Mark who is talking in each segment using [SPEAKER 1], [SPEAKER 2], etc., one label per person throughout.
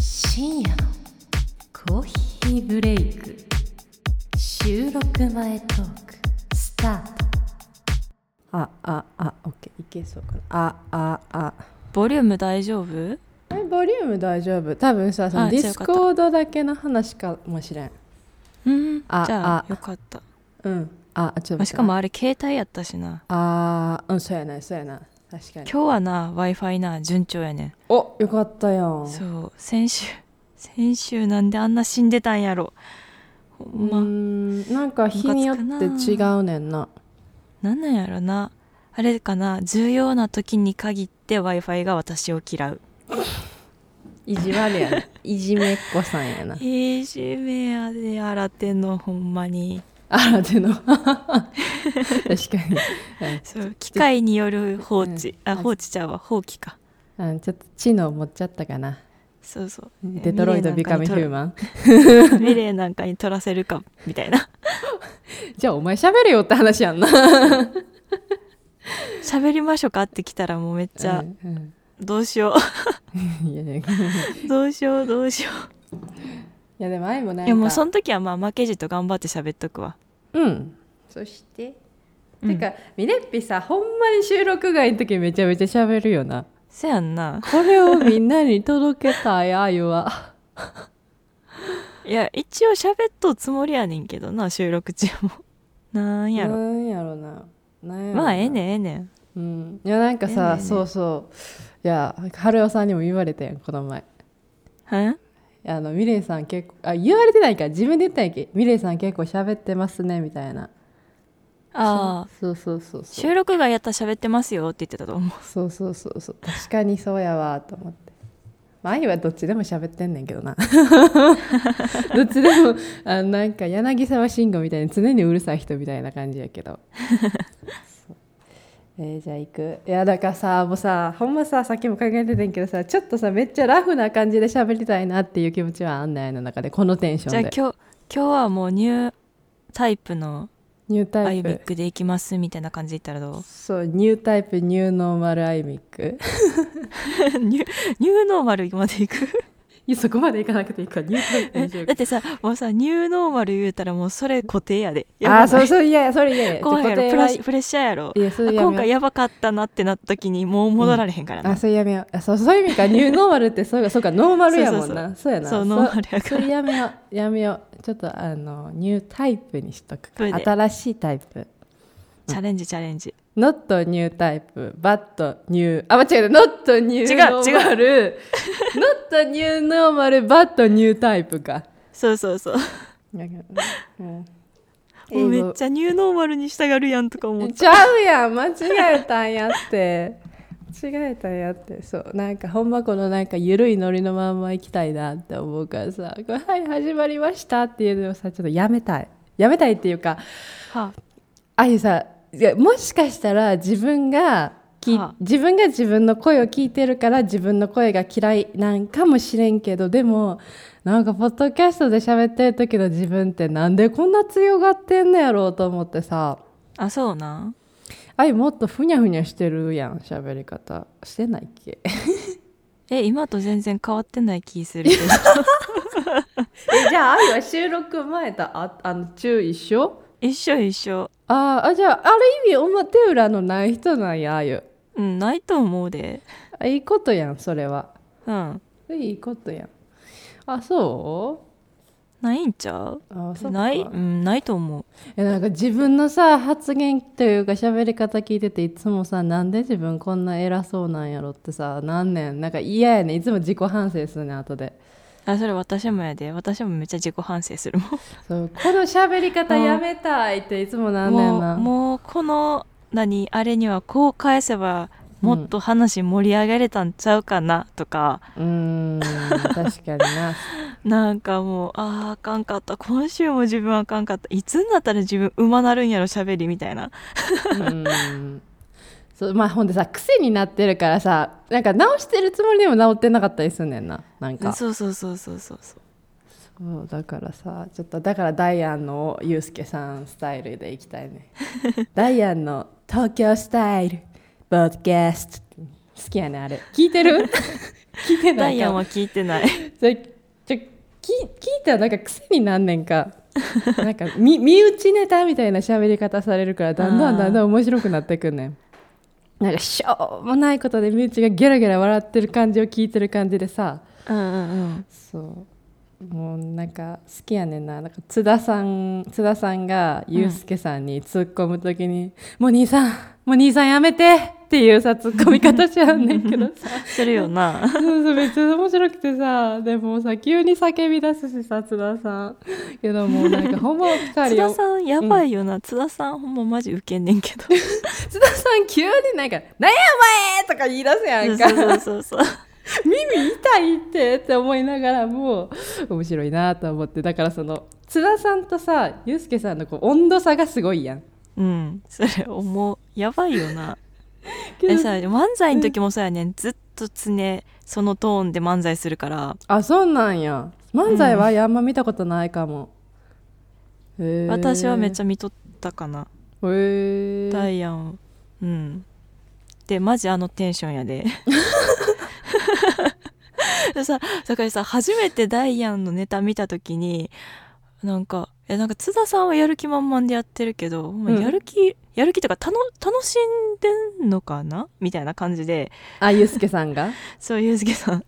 [SPEAKER 1] 深夜のコーヒーブレイク収録前トークスタート
[SPEAKER 2] あああオッケーいけそうかなあああ
[SPEAKER 3] ボリューム大丈夫
[SPEAKER 2] えボリューム大丈夫多分さその
[SPEAKER 3] あ
[SPEAKER 2] ディ
[SPEAKER 3] じゃあ
[SPEAKER 2] ス
[SPEAKER 3] よかった
[SPEAKER 2] コードだけの話かもしれん
[SPEAKER 3] うん
[SPEAKER 2] あ
[SPEAKER 3] じゃあ
[SPEAKER 2] あ
[SPEAKER 3] よかった、
[SPEAKER 2] うんあちょっと待って
[SPEAKER 3] まあ、しかもあれ携帯やったしな
[SPEAKER 2] あうんそうやなそうやな確かに
[SPEAKER 3] 今日はな w i f i な順調やね
[SPEAKER 2] およかったやん
[SPEAKER 3] んそう先週先週なんであんな死んでたんやろほ
[SPEAKER 2] うん
[SPEAKER 3] ま、
[SPEAKER 2] んなんか日によって違うねんな
[SPEAKER 3] なんなんやろなあれかな重要な時に限って w i f i が私を嫌う
[SPEAKER 2] 意地悪やないじめっ子さんやない
[SPEAKER 3] じめやで洗手のほんまに
[SPEAKER 2] あらての 確かにうん
[SPEAKER 3] そう機械による放置、
[SPEAKER 2] うん
[SPEAKER 3] あ放置ちゃうわ放棄か
[SPEAKER 2] うんちょっと知能持っちゃったかな
[SPEAKER 3] そうそう
[SPEAKER 2] デトロイトビカムヒューマン
[SPEAKER 3] ンミレーなんかに取らせるかみたいな
[SPEAKER 2] じゃあお前喋れよって話やんな
[SPEAKER 3] 喋りましょうかって来たらもうめっちゃ、
[SPEAKER 2] うん
[SPEAKER 3] どう しよ
[SPEAKER 2] うんいやね
[SPEAKER 3] うどうしようどうしよ
[SPEAKER 2] いやでも愛もなん
[SPEAKER 3] う
[SPEAKER 2] か
[SPEAKER 3] いやもうその時はまあ負けじと頑張って喋っとくわ
[SPEAKER 2] うんそして、
[SPEAKER 3] うん
[SPEAKER 2] てかミレッピさほんまに収録外の時めちゃめちゃ喋るよな
[SPEAKER 3] せやんな
[SPEAKER 2] これをみんなに届けたい愛 は
[SPEAKER 3] いや一応喋っとうつもりやねんけどな収録中も なんや
[SPEAKER 2] な
[SPEAKER 3] ろ
[SPEAKER 2] んやろななんやろな
[SPEAKER 3] まあええねんええねん
[SPEAKER 2] うんいやなんかさ、
[SPEAKER 3] ええねええね
[SPEAKER 2] そうそういや春雄さんにも言われたやんこの前
[SPEAKER 3] はん
[SPEAKER 2] あのミレイさん結構あ言われてないから自分で言ったんやんけミレイさん結構喋ってますねみたいな
[SPEAKER 3] ああ
[SPEAKER 2] そうそうそうそう
[SPEAKER 3] 収録外やったら喋ってますよって言ってたと思う
[SPEAKER 2] そうそうそうそう確かにそうやわと思って。まあ、愛はどっちでも喋ってんねんけ どなどっちでもあなんか柳沢慎吾みたいに常にうるさい人みたいな感じやけ どそうえーじゃあ行くいやだからさもうさほんまささっきも考えててんけどさちょっとさめっちゃラフな感じで喋りたいなっていう気持ちはあんねんの中でこのテンシ
[SPEAKER 3] じゃ
[SPEAKER 2] ョ
[SPEAKER 3] あ
[SPEAKER 2] ン
[SPEAKER 3] 今
[SPEAKER 2] で
[SPEAKER 3] 日今日はもうニュータイプの
[SPEAKER 2] ニュータ
[SPEAKER 3] ア
[SPEAKER 2] イ
[SPEAKER 3] イミッ
[SPEAKER 2] プ
[SPEAKER 3] クでいきますみたいな感じで言 ったらどう
[SPEAKER 2] そうニュータイプニューノーマルアイミック
[SPEAKER 3] ニュニューノーマルまでいく
[SPEAKER 2] いやそこまでいかなくていいからニュータイプにしようか
[SPEAKER 3] だってさもうさニューノーマル言うたらもうそれ固定やでやば
[SPEAKER 2] あ
[SPEAKER 3] ない
[SPEAKER 2] あーそうそういやいやそれいやいや
[SPEAKER 3] 怖いやろプラス
[SPEAKER 2] 固定
[SPEAKER 3] プレッシャーやろ
[SPEAKER 2] はいやそれやめよう
[SPEAKER 3] 今回やばかったなってなった時にもう戻られへんからな、
[SPEAKER 2] あそうやめようあそうそういう意味かニューノーマルってそうかそうかノーマルやもんなそうやな
[SPEAKER 3] そうノーマルやから
[SPEAKER 2] それやめようやめようちょっとあのニュータイプにしとく
[SPEAKER 3] それで
[SPEAKER 2] 新しいタイプ
[SPEAKER 3] チャレンジチャレンジ
[SPEAKER 2] not ニュータイプ but ニューあ間違えた not ニューノーマル not ニューノーマル but ニュータイプか
[SPEAKER 3] そうそう そうもうめっち
[SPEAKER 2] ゃ
[SPEAKER 3] ゃニューノーマルに従るやんとか思って
[SPEAKER 2] ちゃうやん間違えたんやって間違えたんやってそうなんかほんまこのなんか緩いノリのまんま行きたいなって思うからさ「これはい始まりました」っていうのをさちょっとやめたいやめたいっていうか
[SPEAKER 3] は
[SPEAKER 2] あゆさいやもしかしたら自分がき、
[SPEAKER 3] はあ
[SPEAKER 2] 自分が自分の声を聞いてるから自分の声が嫌いなんかもしれんけどでもなんかポッドキャストで喋ってる時の自分ってなんでこんな強がってんのやろうと思ってさ
[SPEAKER 3] ああそうなん
[SPEAKER 2] あいもっとふにゃふにゃしてるやん喋り方してないっけ
[SPEAKER 3] え今と全然変わってない気す るけど
[SPEAKER 2] えじゃああいは収録前とああの中一緒
[SPEAKER 3] 一緒一緒
[SPEAKER 2] あーあじゃあある意味表裏のない人なんやあゆ
[SPEAKER 3] うんないと思うで
[SPEAKER 2] あいいことやんそれは
[SPEAKER 3] うん
[SPEAKER 2] それいいことやんあそう
[SPEAKER 3] ないんちゃう
[SPEAKER 2] あそっか
[SPEAKER 3] ない、うん、ないと思う
[SPEAKER 2] えなんか自分のさ発言というか喋り方聞いてていつもさなんで自分こんな偉そうなんやろってさなんねんなんか嫌やねんいつも自己反省するねん後で
[SPEAKER 3] あそれ私もやで私もめっちゃ自己反省するも ん
[SPEAKER 2] そうこの喋り方やめたいっていつもなんねん
[SPEAKER 3] も
[SPEAKER 2] な
[SPEAKER 3] うもうこの何あれにはこう返せばもっと話盛り上げれたんちゃうかなとか、
[SPEAKER 2] うーん確かにな
[SPEAKER 3] なんかもうあーあかんかった今週も自分あかんかったいつになったら自分馬なるんやろ喋りみたいな
[SPEAKER 2] うーんそうまあほんでさ癖になってるからさなんか直してるつもりでも直ってなかったりすんねんななんかそ
[SPEAKER 3] そうそうそうそうそうそう
[SPEAKER 2] うだからさちょっとだからダイアンのユうスケさんスタイルでいきたいね ダイアンの東京スタイルポッドキャ スト好きやねあれ聞いてる 聞いてないか
[SPEAKER 3] ダイアンは聞いてない
[SPEAKER 2] それじゃ聞聞いたらなんか癖になんねんかなんか身身内ネタみたいな喋り方されるからだんだ
[SPEAKER 3] あー
[SPEAKER 2] んだんだん面白くなってくんねんなんかしょうもないことで身内がゲラゲラ笑ってる感じを聞いてる感じでさ
[SPEAKER 3] うんうんうん
[SPEAKER 2] そうもうなんか好きやねんななんか津田さん津田さんがユうスケさんに突っ込む時に「もう兄さんもう兄さんやめて!」っていうさ突っ込み方しちゃうねんけどさ
[SPEAKER 3] す るよな
[SPEAKER 2] そうそうめっちゃ面白くてさでもさ急に叫び出すしさ津田さんけどもうなんかほぼ2人
[SPEAKER 3] 津田
[SPEAKER 2] ん
[SPEAKER 3] さんやばいよな、津田さんほんまマジウケんねんけど
[SPEAKER 2] 津田さん急になんか「なんやお前!」とか言い出すやんか
[SPEAKER 3] そうそうそうそう
[SPEAKER 2] 耳痛いってって思いながらも面白いなと思ってだからその津田さんとさユうスケさんのこう温度差がすごいやん。
[SPEAKER 3] うんそれ思うやばいよな
[SPEAKER 2] けど
[SPEAKER 3] えさ漫才の時もそうやねんずっと常そのトーンで漫才するから
[SPEAKER 2] あそうなんや漫才はあんま見たことないかも。へー
[SPEAKER 3] 私はめっちゃ見とったかな
[SPEAKER 2] へ
[SPEAKER 3] ダ
[SPEAKER 2] え
[SPEAKER 3] イアンうんでマジあのテンション やででさだからさ初めてダイアンのネタ見た時になんかえなんか津田さんはやる気満々でやってるけど、ほんま
[SPEAKER 2] うん
[SPEAKER 3] やる気やる気とかたの楽しんでんのかなみたいな感じで
[SPEAKER 2] あユうスケさん が
[SPEAKER 3] そうゆうすけさん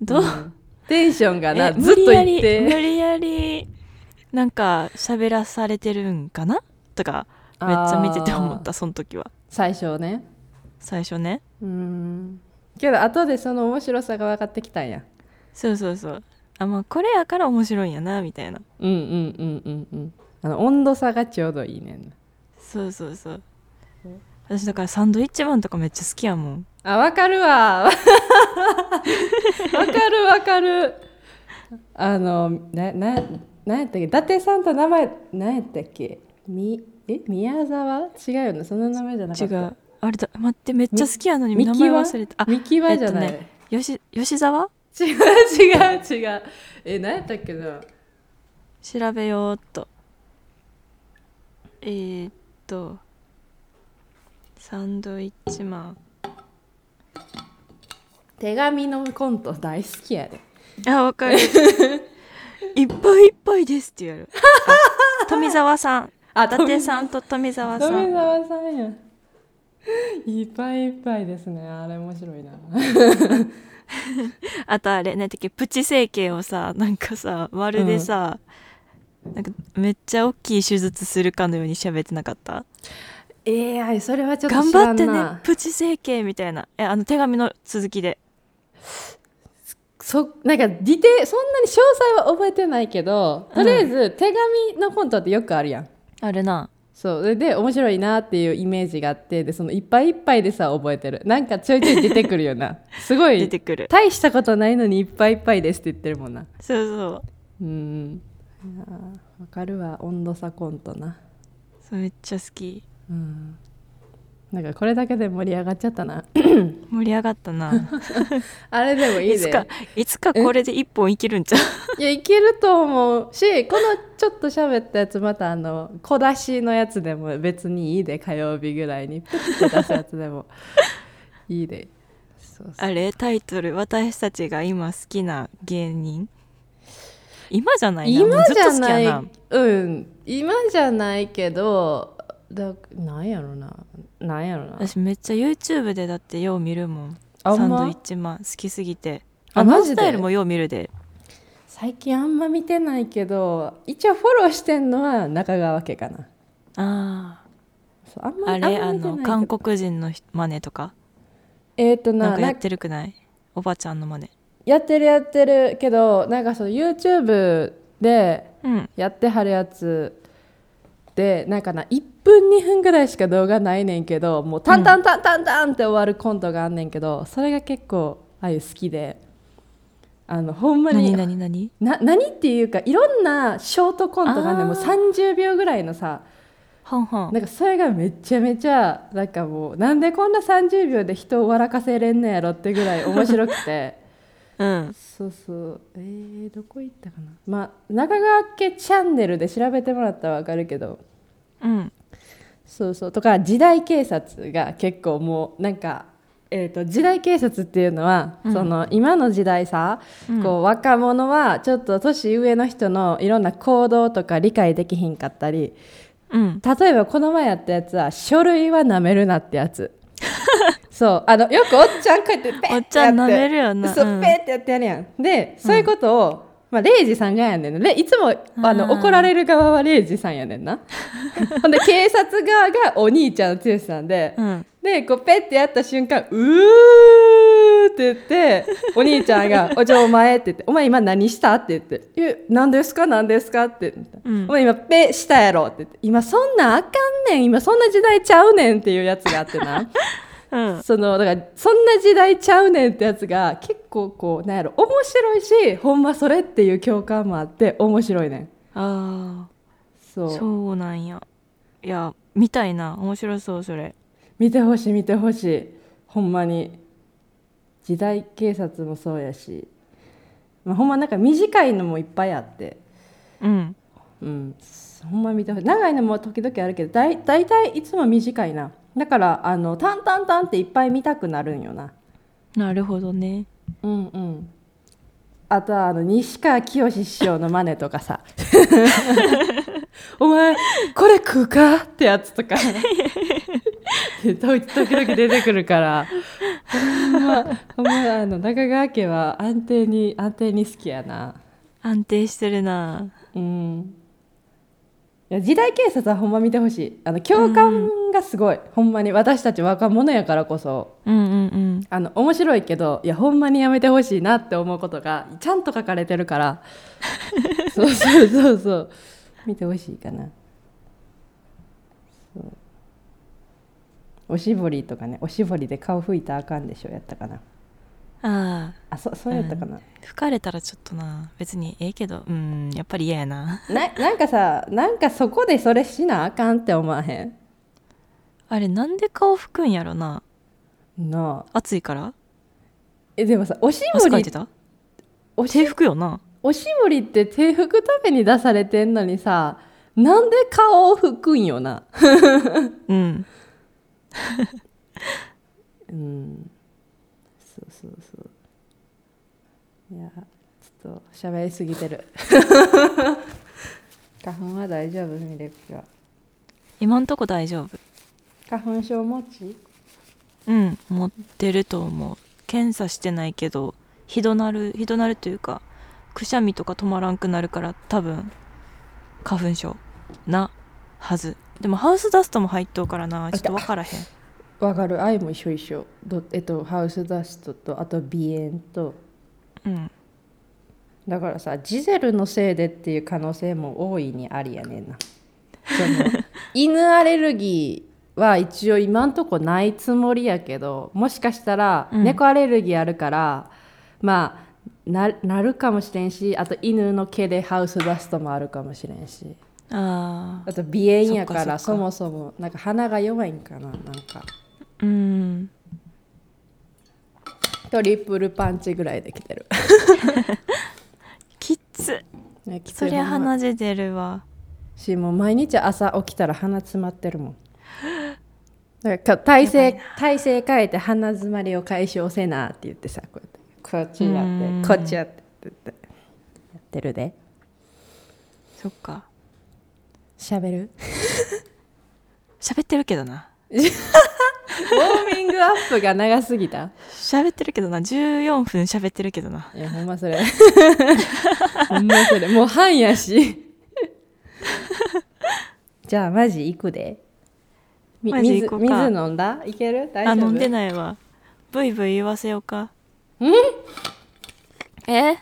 [SPEAKER 3] どう、
[SPEAKER 2] んテンションがな
[SPEAKER 3] え
[SPEAKER 2] ずっと
[SPEAKER 3] 無理
[SPEAKER 2] 言
[SPEAKER 3] や
[SPEAKER 2] っ
[SPEAKER 3] り無
[SPEAKER 2] て
[SPEAKER 3] 理やりなんか喋らされてるんかなとかめっちゃ見てて思っ
[SPEAKER 2] あー
[SPEAKER 3] たその時は
[SPEAKER 2] 最初ね。
[SPEAKER 3] 最初ね
[SPEAKER 2] うんけど後でその面白さが分かってきたんや。
[SPEAKER 3] そうそうそうあまあこれやから面白いんやなみたいな
[SPEAKER 2] うんうんうんうんうん。あの温度差がちょうどいいねんな。
[SPEAKER 3] そうそうそう私だからサンドイッチマンとかめっちゃ好きやもん
[SPEAKER 2] あ、わかるわ。 わかるわかる。あの、な、な、なんやったっけ、伊達さんと名前、なんやったっけ。み、え、宮沢、違うよね、その名前じゃなか
[SPEAKER 3] 違
[SPEAKER 2] った。
[SPEAKER 3] うあれだ待ってめっちゃ好きやのに
[SPEAKER 2] み
[SPEAKER 3] 名前忘れたあ
[SPEAKER 2] 三木はじゃない。
[SPEAKER 3] えっとよし吉沢
[SPEAKER 2] 違う、違う、違う。え、なんやったっけな。
[SPEAKER 3] 調べようっとえー、っとサンドイッチマン
[SPEAKER 2] 手紙のコント大好きやで。
[SPEAKER 3] あ、わか る。いっぱいいっぱいですってやる。あ富澤さん、
[SPEAKER 2] あ
[SPEAKER 3] 伊達さんと富澤さ
[SPEAKER 2] 富
[SPEAKER 3] ん。
[SPEAKER 2] 澤さんや。いっぱいいっぱいですね。あれ面白いな。
[SPEAKER 3] あとあれ、なんだっけ、プチ整形をさ、なんかさ、まるでさ、なんかめっちゃ大きい手術するかのように喋ってなかった
[SPEAKER 2] ええそれはちょっと
[SPEAKER 3] 頑
[SPEAKER 2] 知
[SPEAKER 3] 張
[SPEAKER 2] ら
[SPEAKER 3] っ
[SPEAKER 2] ん
[SPEAKER 3] て
[SPEAKER 2] な。
[SPEAKER 3] ねプチ整形みたいなえあの手紙の続きで
[SPEAKER 2] そなんかディテそんなに詳細は覚えてないけどとりあえず手紙のコントってよくあるやん。
[SPEAKER 3] あるな
[SPEAKER 2] そうでで面白いなっていうイメージがあってでそのいっぱいいっぱいでさ覚えてるなんかちょいちょい出てくるよ なすご
[SPEAKER 3] 出
[SPEAKER 2] い
[SPEAKER 3] てくる
[SPEAKER 2] 大したことないのにいっぱいいっぱいですって言ってるもんな
[SPEAKER 3] そうそう
[SPEAKER 2] うんいやーわかるわ温度差コントな
[SPEAKER 3] そうめっちゃ好き
[SPEAKER 2] うんなんかこれだけで盛り上がっちゃったな
[SPEAKER 3] 盛り上がった な
[SPEAKER 2] あれでもいいで
[SPEAKER 3] いつかいつかこれで一本いけるんちゃう
[SPEAKER 2] いやいけると思うしこのちょっと喋ったやつまたあの小出しのやつでも別にいいで火曜日ぐらい にプッて出すやつでもいいでそうそう
[SPEAKER 3] あれタイトル私たちが今好きな芸人今じゃないな
[SPEAKER 2] 今じゃ
[SPEAKER 3] もうずっと好
[SPEAKER 2] な
[SPEAKER 3] き
[SPEAKER 2] い
[SPEAKER 3] やな
[SPEAKER 2] うん今じゃないけどだなんやろななんやろな
[SPEAKER 3] 私めっちゃ YouTube でだってよう見るもん
[SPEAKER 2] あ
[SPEAKER 3] サ
[SPEAKER 2] ん
[SPEAKER 3] ンドイ
[SPEAKER 2] ま
[SPEAKER 3] ッチマン好きすぎて
[SPEAKER 2] あ
[SPEAKER 3] あの
[SPEAKER 2] マジ
[SPEAKER 3] ス
[SPEAKER 2] で
[SPEAKER 3] タイルもよう見るで
[SPEAKER 2] 最近あんま見てないけど一応フォローしてんのは中川家かな
[SPEAKER 3] あ
[SPEAKER 2] そうあん
[SPEAKER 3] ー
[SPEAKER 2] ま
[SPEAKER 3] あれあ
[SPEAKER 2] んま見てない
[SPEAKER 3] の
[SPEAKER 2] けど
[SPEAKER 3] 韓国人のマネとか
[SPEAKER 2] えっ、とな
[SPEAKER 3] なんかや
[SPEAKER 2] な
[SPEAKER 3] ってるくないおばちゃんのマネ
[SPEAKER 2] やってるやってるけどなんかその YouTube で
[SPEAKER 3] うん
[SPEAKER 2] やってはるやつでなんかな1分2分ぐらいしか動画ないねんけどもうタンタンタンタンタンって終わるコントがあんねんけどそれが結構あゆ好きであのほんまに
[SPEAKER 3] 何何何
[SPEAKER 2] な何っていうかいろんなショートコントがね
[SPEAKER 3] あー
[SPEAKER 2] もう30秒ぐらいのさ
[SPEAKER 3] はんはん
[SPEAKER 2] なんかそれがめちゃめちゃなんかもうなんでこんな30秒で人を笑かせれんのやろってぐらい面白く て。
[SPEAKER 3] うん
[SPEAKER 2] そうそうえー、どこ行ったかなまあ中川家チャンネルで調べてもらったらわかるけど
[SPEAKER 3] うん
[SPEAKER 2] そうそうとか時代警察が結構もうなんかえー、と時代警察っていうのは、
[SPEAKER 3] うん
[SPEAKER 2] その今の時代さ、
[SPEAKER 3] うん
[SPEAKER 2] こう若者はちょっと年上の人のいろんな行動とか理解できひんかったり
[SPEAKER 3] うん
[SPEAKER 2] 例えばこの前やったやつは書類は舐めるなってや つそうあのよくおっちゃんこうやってペッてやって
[SPEAKER 3] おっちゃん舐めるよな
[SPEAKER 2] そう
[SPEAKER 3] うん
[SPEAKER 2] ペッてやってやるやんでそういうことを、まあ、レイジさんがやねんねでいつもあの
[SPEAKER 3] あー
[SPEAKER 2] 怒られる側はレイジさんやねん なほんで警察側がお兄ちゃんの剛さんで、
[SPEAKER 3] うん
[SPEAKER 2] でこうペッてやった瞬間「うー」って言 ってお兄ちゃんが「お嬢お前」って言って「お前今何した?」って言って「え何ですか何ですか?」って言って、
[SPEAKER 3] うん
[SPEAKER 2] お前今ペしたやろ」って言って「今そんなんあかんねん今そんな時代ちゃうねん」っていうやつがあってな
[SPEAKER 3] うん
[SPEAKER 2] そのだからそんな時代ちゃうねんってやつが結構こうなんやろ面白いしほんまそれっていう共感もあって面白いねん
[SPEAKER 3] あ
[SPEAKER 2] そ
[SPEAKER 3] あ
[SPEAKER 2] う
[SPEAKER 3] そうなんやいや見たいな面白そうそれ
[SPEAKER 2] 見てほしい見てほしいほんまに時代警察もそうやし、まあ、ほんまなんか短いのもいっぱいあって
[SPEAKER 3] うん
[SPEAKER 2] うんほんま見てほしい長いのも時々あるけどだい大体いつも短いなだからあのタンタンタンっていっぱい見たくなるんよな
[SPEAKER 3] なるほどね
[SPEAKER 2] うんうんあとはあの西川きよし師匠の真似とかさ 「お前これ食うか?」ってやつとか時時々出てくるからほんまほんまあの中川家は安定に安定に好きやな
[SPEAKER 3] 安定してるな
[SPEAKER 2] うんいや時代警察はほんま見てほしいあの共感がすごい、ほんまに私たち若者やからこそ
[SPEAKER 3] うんうんうん
[SPEAKER 2] あの面白いけどいやほんまにやめてほしいなって思うことがちゃんと書かれてるから そうそうそうそう見てほしいかなそうおしぼりとかねおしぼりで顔拭いたらあかんでしょやったかな
[SPEAKER 3] ああ
[SPEAKER 2] あそそうやったかな、
[SPEAKER 3] 吹かれたらちょっとな別にええけどうんやっぱり嫌やな
[SPEAKER 2] ななんかさなんかそこでそれしなあかんって思わへん
[SPEAKER 3] あれなんで顔拭くんやろな
[SPEAKER 2] なあ
[SPEAKER 3] 暑いから
[SPEAKER 2] えでもさおしぼ
[SPEAKER 3] 汗かい
[SPEAKER 2] り
[SPEAKER 3] てた
[SPEAKER 2] お
[SPEAKER 3] 手
[SPEAKER 2] し
[SPEAKER 3] 拭くよな
[SPEAKER 2] おしぼりって手拭くために出されてんのにさなんで顔を拭くんよな
[SPEAKER 3] うん
[SPEAKER 2] うんそうそうそういやちょっと喋りすぎてる 花粉は大丈夫ミレクは
[SPEAKER 3] 今んとこ大丈夫
[SPEAKER 2] 花粉症持ち
[SPEAKER 3] うん持ってると思う検査してないけどひどなるひどなるというかくしゃみとか止まらんくなるから多分花粉症なはずでもハウスダストも入っとうからなちょっと分からへん
[SPEAKER 2] わかる愛も一緒一緒ど、えっと、ハウスダストとあと鼻炎と
[SPEAKER 3] うん
[SPEAKER 2] だからさジゼルのせいでっていう可能性も大いにありやねんなそ の犬アレルギーは一応今んとこないつもりやけどもしかしたら
[SPEAKER 3] うん
[SPEAKER 2] 猫アレルギーあるから、まあななるかもしれんしあと犬の毛でハウスダストもあるかもしれんし
[SPEAKER 3] あ
[SPEAKER 2] あと鼻炎やからそ
[SPEAKER 3] そっかそっ
[SPEAKER 2] もそ
[SPEAKER 3] か
[SPEAKER 2] もなんか鼻が弱いんかななんか
[SPEAKER 3] ーうん
[SPEAKER 2] トリプルパンチぐらいでき てる
[SPEAKER 3] きっつ
[SPEAKER 2] ねきつい
[SPEAKER 3] そりゃ
[SPEAKER 2] ほんま
[SPEAKER 3] 鼻血出るわ
[SPEAKER 2] しもう毎日朝起きたら鼻詰まってるもんだからか体
[SPEAKER 3] やば
[SPEAKER 2] 勢体勢変えて鼻詰まりを解消せなって言ってさこうやってこっちや
[SPEAKER 3] う
[SPEAKER 2] っ
[SPEAKER 3] ーん
[SPEAKER 2] てこっちやってって言ってやってるで
[SPEAKER 3] そっか
[SPEAKER 2] 喋る
[SPEAKER 3] 喋ってるけどな
[SPEAKER 2] ウォーミングアップが長すぎ た
[SPEAKER 3] 喋ってるけどな14分喋ってるけどない
[SPEAKER 2] やほんまそれ ほんまそれもう半や しじゃあマジ行くでみ
[SPEAKER 3] マジ行こうか
[SPEAKER 2] 水水飲んだいける大
[SPEAKER 3] あ
[SPEAKER 2] 丈夫
[SPEAKER 3] 飲んでないわブイブイ言わせようかんえ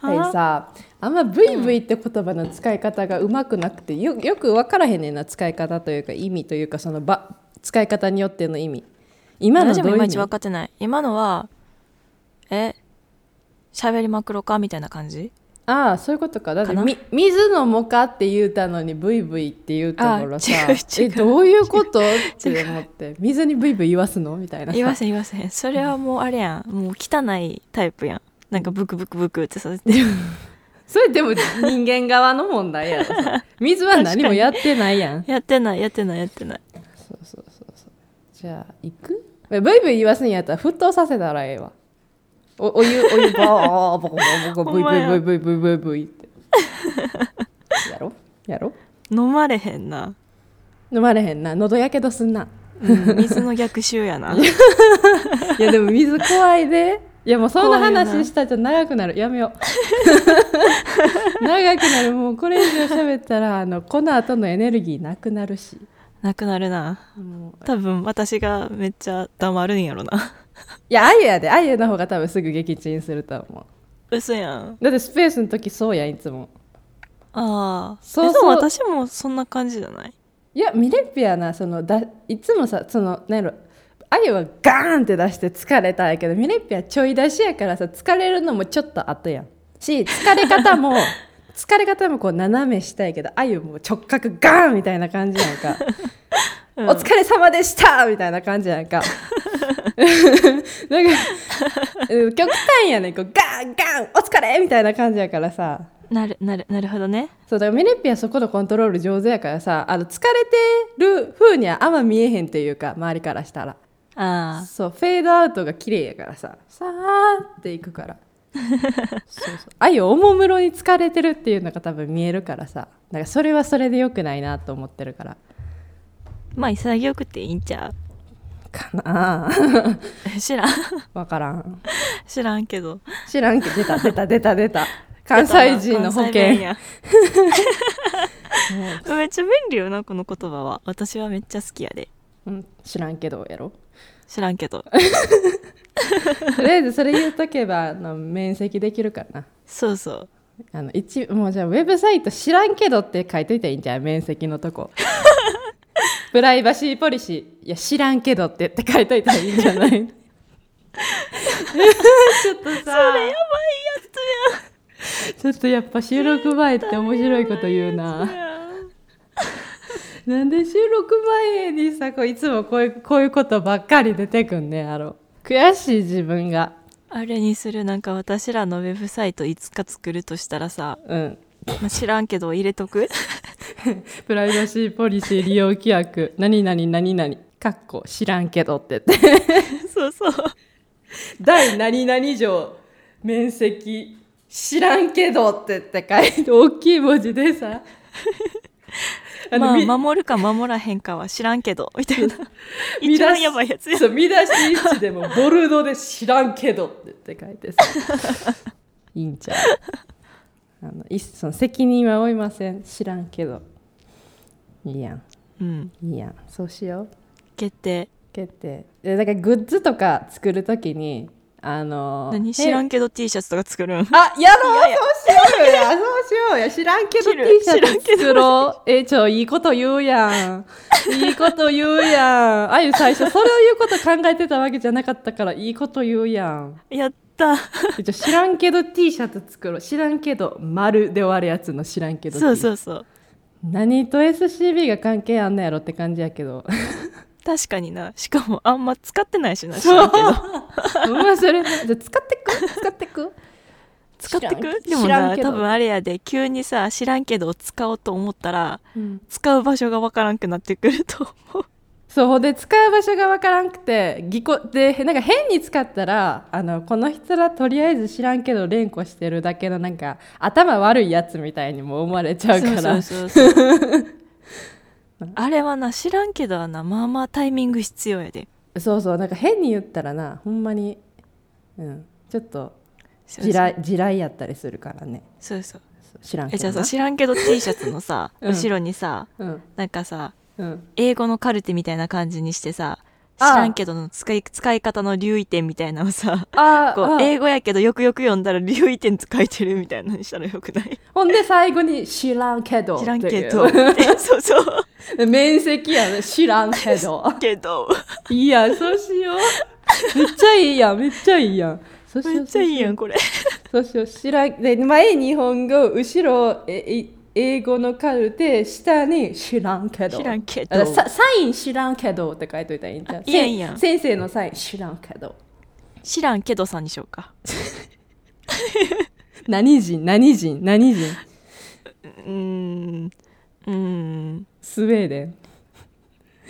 [SPEAKER 2] はい
[SPEAKER 3] あ
[SPEAKER 2] さあんま VV って言葉の使い方がうまくなくてよよく分からへんねんな使い方というか意味というかそのば使い方によっての意味今の
[SPEAKER 3] 私
[SPEAKER 2] ど
[SPEAKER 3] も
[SPEAKER 2] う
[SPEAKER 3] い
[SPEAKER 2] いう
[SPEAKER 3] ま
[SPEAKER 2] 意
[SPEAKER 3] いち
[SPEAKER 2] 味
[SPEAKER 3] 分かってない今のはえ喋りまくろかみたいな 感じ
[SPEAKER 2] ああそういうことかだって
[SPEAKER 3] かな
[SPEAKER 2] み水のもかって言うたのに VV って言うところさ
[SPEAKER 3] あ違う違う
[SPEAKER 2] えどういうことって思 って水に VV 言わすのみたいなさ
[SPEAKER 3] 言わせん言わせへんそれはもうあれやんもう汚いタイプやんなんかブクブクブクってさせて る
[SPEAKER 2] それでも人間側の問題やろさ水は何もやってないやん
[SPEAKER 3] やってないやってないやってない
[SPEAKER 2] そうそうそうそうじゃあ行くブイブイ言わすんやったら沸騰させたらええわおお湯お湯バーボコボコボコブイブイブイブイブイブイブイってやろやろ
[SPEAKER 3] 飲まれへ んな、
[SPEAKER 2] 飲まれへんな喉やけどすんな
[SPEAKER 3] うん水の逆襲やな
[SPEAKER 2] いやでも水怖いでいやもうそんな
[SPEAKER 3] 怖いよな
[SPEAKER 2] 話したら長くなるやめよう長くなるもうこれ以上喋ったらあのこの後のエネルギーなくなるし
[SPEAKER 3] なくなるな
[SPEAKER 2] もう
[SPEAKER 3] 多分私がめっちゃ黙るんやろない
[SPEAKER 2] やあゆやであゆの方が多分すぐ撃沈すると思
[SPEAKER 3] 嘘やん
[SPEAKER 2] うだってスペースの時そうやんいつも
[SPEAKER 3] ああ
[SPEAKER 2] そうそう
[SPEAKER 3] でも私もそんな感じじゃない
[SPEAKER 2] いやミレッピやなそのだいつもさそのなんやろあゆはガーンって出して疲れたんやけどミレッピはちょい出しやからさ疲れるのもちょっと後やんし疲れ方 も疲れ方もこう斜めしたいけどあゆもう直角ガーンみたいな感じやんか、
[SPEAKER 3] うん
[SPEAKER 2] お疲れ様でしたみたいな感じやんか なんかうん極端やねんこうガーンガーンお疲れみたいな感じやからさ
[SPEAKER 3] なるなるなるほどね
[SPEAKER 2] そうだからミレッピはそこのコントロール上手やからさあの疲れてる風にはあんま見えへんっていうか周りからしたら
[SPEAKER 3] ああ
[SPEAKER 2] そうフェードアウトが綺麗やからささーっていく からそうそうあゆおもむろに疲れてるっていうのが多分見えるからさなんかそれはそれでよくないなと思ってるから
[SPEAKER 3] まあ潔くていいんちゃ
[SPEAKER 2] かなあ
[SPEAKER 3] う 知らん
[SPEAKER 2] わからん
[SPEAKER 3] 知らんけど
[SPEAKER 2] 知らんけど出た出た出た出た関西人の保
[SPEAKER 3] 関西弁
[SPEAKER 2] 険
[SPEAKER 3] やめっちゃ便利よなこの言葉は私はめっちゃ好きやで
[SPEAKER 2] うん、知らんけどやろ
[SPEAKER 3] 知らんけど
[SPEAKER 2] とりあえずそれ言うとけばあの面積できるからな
[SPEAKER 3] そうそう
[SPEAKER 2] あの一もうじゃあウェブサイト知らんけどって書いといたらいいんじゃん面積のと こプライバシーポリシーいや知らんけどってって書いといたらいいんじゃないちょっとさ
[SPEAKER 3] やばい
[SPEAKER 2] ちょっとやっぱ収録前って面白いこと言うな
[SPEAKER 3] やつやん
[SPEAKER 2] なんで収録前にさこういつもこういうこういうことばっかり出てくんねやろ悔しい自分が
[SPEAKER 3] あれにするなんか私らのウェブサイトいつか作るとしたらさ、
[SPEAKER 2] うん
[SPEAKER 3] まあ、知らんけど入れと く
[SPEAKER 2] プライバシーポリシー利用規約何々何々かっこ知らんけどってって
[SPEAKER 3] そうそう
[SPEAKER 2] 第何々条面積知らんけどってって書いて大きい文字で さあの
[SPEAKER 3] ま
[SPEAKER 2] み
[SPEAKER 3] あ守るか守らへんかは知らんけどみた いな
[SPEAKER 2] 見出
[SPEAKER 3] 一
[SPEAKER 2] し
[SPEAKER 3] 番やばいやつや
[SPEAKER 2] そう見出し位置でもボルドで知らんけどってって書い てさいいんちゃうあのいっその責任は負いません知らんけどいいやん
[SPEAKER 3] うん
[SPEAKER 2] いいやんそうしよう
[SPEAKER 3] 決定
[SPEAKER 2] 決定でだからグッズとか作るときにあの
[SPEAKER 3] 何知ら
[SPEAKER 2] ん
[SPEAKER 3] んけど T シャツとか作るん
[SPEAKER 2] あやろうそうしようやそうしようや知らんけど
[SPEAKER 3] 切る
[SPEAKER 2] T シ
[SPEAKER 3] 知らん
[SPEAKER 2] ャツ
[SPEAKER 3] けど
[SPEAKER 2] 作ろうえちょいいこと言うやんいいこと言うやんあゆ最初それを言うこと考えてたわけじゃなかったからいいこと言うやん
[SPEAKER 3] やった
[SPEAKER 2] えちょ知らんけど T シャツ作ろう知らんけど丸で終わるやつの知らんけど T
[SPEAKER 3] そうそうそう
[SPEAKER 2] 何と SCB が関係あんのやろって感じやけど
[SPEAKER 3] 確かになしかもあんま使ってないしな知らんけ ど
[SPEAKER 2] うまあそれなじゃあ使ってく使ってく
[SPEAKER 3] 使って
[SPEAKER 2] 知ら
[SPEAKER 3] く
[SPEAKER 2] ん
[SPEAKER 3] でも
[SPEAKER 2] 知らん
[SPEAKER 3] な
[SPEAKER 2] けど
[SPEAKER 3] 多分あれやで急にさ知らんけど使おうと思ったら
[SPEAKER 2] うん
[SPEAKER 3] 使う場所がわからんくなってくると思う
[SPEAKER 2] そうほんで使う場所がわからんくてぎこでなんか変に使ったらあのこの人らとりあえず知らんけど連呼してるだけのなんか頭悪いやつみたいにも思われちゃうから
[SPEAKER 3] そうそうそう そうあれはな知らんけどはなまあまあタイミング必要やで
[SPEAKER 2] そうそうなんか変に言ったらなほんまに、うん、ちょっと地雷地雷やったりするからね
[SPEAKER 3] そうそう
[SPEAKER 2] そう知らんけ
[SPEAKER 3] えじゃ
[SPEAKER 2] ど
[SPEAKER 3] あ
[SPEAKER 2] な
[SPEAKER 3] さ知らんけど T シャツのさ、
[SPEAKER 2] うん
[SPEAKER 3] 後ろにさ
[SPEAKER 2] うん
[SPEAKER 3] なんかさ
[SPEAKER 2] うん
[SPEAKER 3] 英語のカルテみたいな感じにしてさ知
[SPEAKER 2] ああ
[SPEAKER 3] らんけどの使い使い方の留意点みたいなのをさ
[SPEAKER 2] あ
[SPEAKER 3] こう
[SPEAKER 2] あ
[SPEAKER 3] 英語やけどよくよく読んだら留意点書いてるみたいなのにしたらよくない
[SPEAKER 2] ほんで最後に「知らんけど」
[SPEAKER 3] 知らん
[SPEAKER 2] ってい
[SPEAKER 3] け
[SPEAKER 2] う
[SPEAKER 3] どそうそ う
[SPEAKER 2] 面積やね知らんけど
[SPEAKER 3] けど
[SPEAKER 2] いいやんそうしよう。めっちゃいいやん、めっちゃいいやん。そうし
[SPEAKER 3] め
[SPEAKER 2] よ
[SPEAKER 3] っ
[SPEAKER 2] う
[SPEAKER 3] ちゃいいやん。これ
[SPEAKER 2] そうしよう。知らんで前日本語、後ろえい英語のカルテ、下に知らんけど。
[SPEAKER 3] 知らんけ
[SPEAKER 2] あ
[SPEAKER 3] ど
[SPEAKER 2] さサイン知らんけどって書いといたらいいんじゃん。
[SPEAKER 3] あいいやんいいやん
[SPEAKER 2] せ先生のサイン知らんけど。
[SPEAKER 3] 知らんけどさんにしようか
[SPEAKER 2] 何人何人何人
[SPEAKER 3] うーんうーん
[SPEAKER 2] スウェーデン。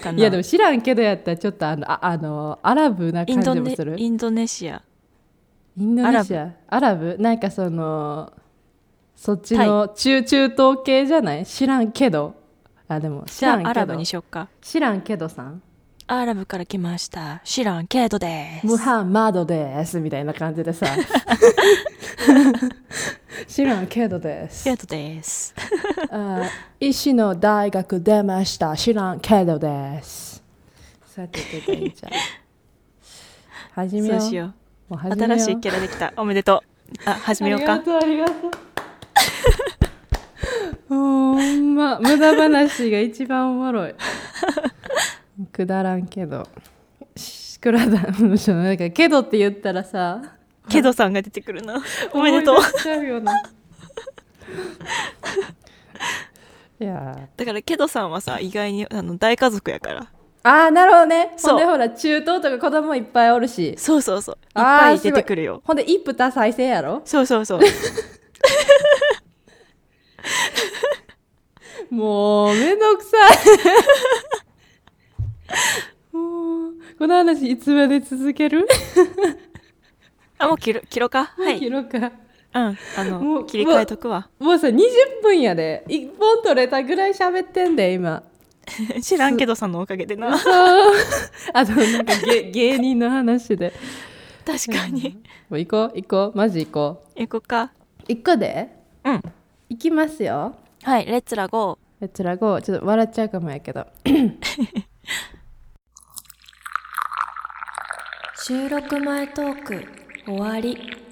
[SPEAKER 3] かない
[SPEAKER 2] やでも知らんけどやったらちょっとあのああのアラブな
[SPEAKER 3] イン
[SPEAKER 2] 感
[SPEAKER 3] ド
[SPEAKER 2] じも
[SPEAKER 3] ネ
[SPEAKER 2] する
[SPEAKER 3] インドネシア
[SPEAKER 2] インドネシアアラブなんかそのそっちの中中東系じゃない知らんけどあでも知
[SPEAKER 3] じ
[SPEAKER 2] ら
[SPEAKER 3] ゃ
[SPEAKER 2] ん
[SPEAKER 3] あア
[SPEAKER 2] け
[SPEAKER 3] ラブ
[SPEAKER 2] ど
[SPEAKER 3] にしよっか
[SPEAKER 2] 知らんけどさん
[SPEAKER 3] アラブから来ました知らんけどです
[SPEAKER 2] ムハンマドですみたいな感じ でさ知らんけどです
[SPEAKER 3] けどです
[SPEAKER 2] あ石の大学出ました知らんけどですさて出ていいじゃん 始めよう
[SPEAKER 3] そうしよ
[SPEAKER 2] もう
[SPEAKER 3] う
[SPEAKER 2] 始めよう
[SPEAKER 3] 新しいキャラできたおめでとうあ始めよう
[SPEAKER 2] あ
[SPEAKER 3] か
[SPEAKER 2] りがとうありがと うほんま無駄話が一番おもろいくだらんけどしくだらんそうなんかけどって言ったらさ
[SPEAKER 3] けどさんが出てく るなおめでとう
[SPEAKER 2] 思い出しちゃうよないやー
[SPEAKER 3] だからけどさんはさ意外にあの大家族やから
[SPEAKER 2] あーなるほどね
[SPEAKER 3] そう
[SPEAKER 2] ほんでほら中東とか子供いっぱいおるし
[SPEAKER 3] そうそうそういっ
[SPEAKER 2] あ
[SPEAKER 3] ぱ
[SPEAKER 2] ー
[SPEAKER 3] い出てくるよ
[SPEAKER 2] ほんで一夫多妻制やろ
[SPEAKER 3] そうそうそう
[SPEAKER 2] もうめんどくさいもうこの話いつまで続ける
[SPEAKER 3] あもう切る切ろうかはい
[SPEAKER 2] 切ろうか
[SPEAKER 3] うんあ
[SPEAKER 2] も
[SPEAKER 3] の
[SPEAKER 2] う
[SPEAKER 3] 切り替えとくわ
[SPEAKER 2] もうさ20分やで1本取れたぐらい喋ってんで今
[SPEAKER 3] 知らんけどさんのおかげでな
[SPEAKER 2] そうあとなんか 芸芸人の話で
[SPEAKER 3] 確かに
[SPEAKER 2] もう行こう行こうマジ行こ
[SPEAKER 3] 行こうか
[SPEAKER 2] う行個で
[SPEAKER 3] うん
[SPEAKER 2] 行きますよ
[SPEAKER 3] はいレッツラゴ
[SPEAKER 2] えつらごちょっと笑っちゃうかもやけど
[SPEAKER 1] 収録前トーク終わり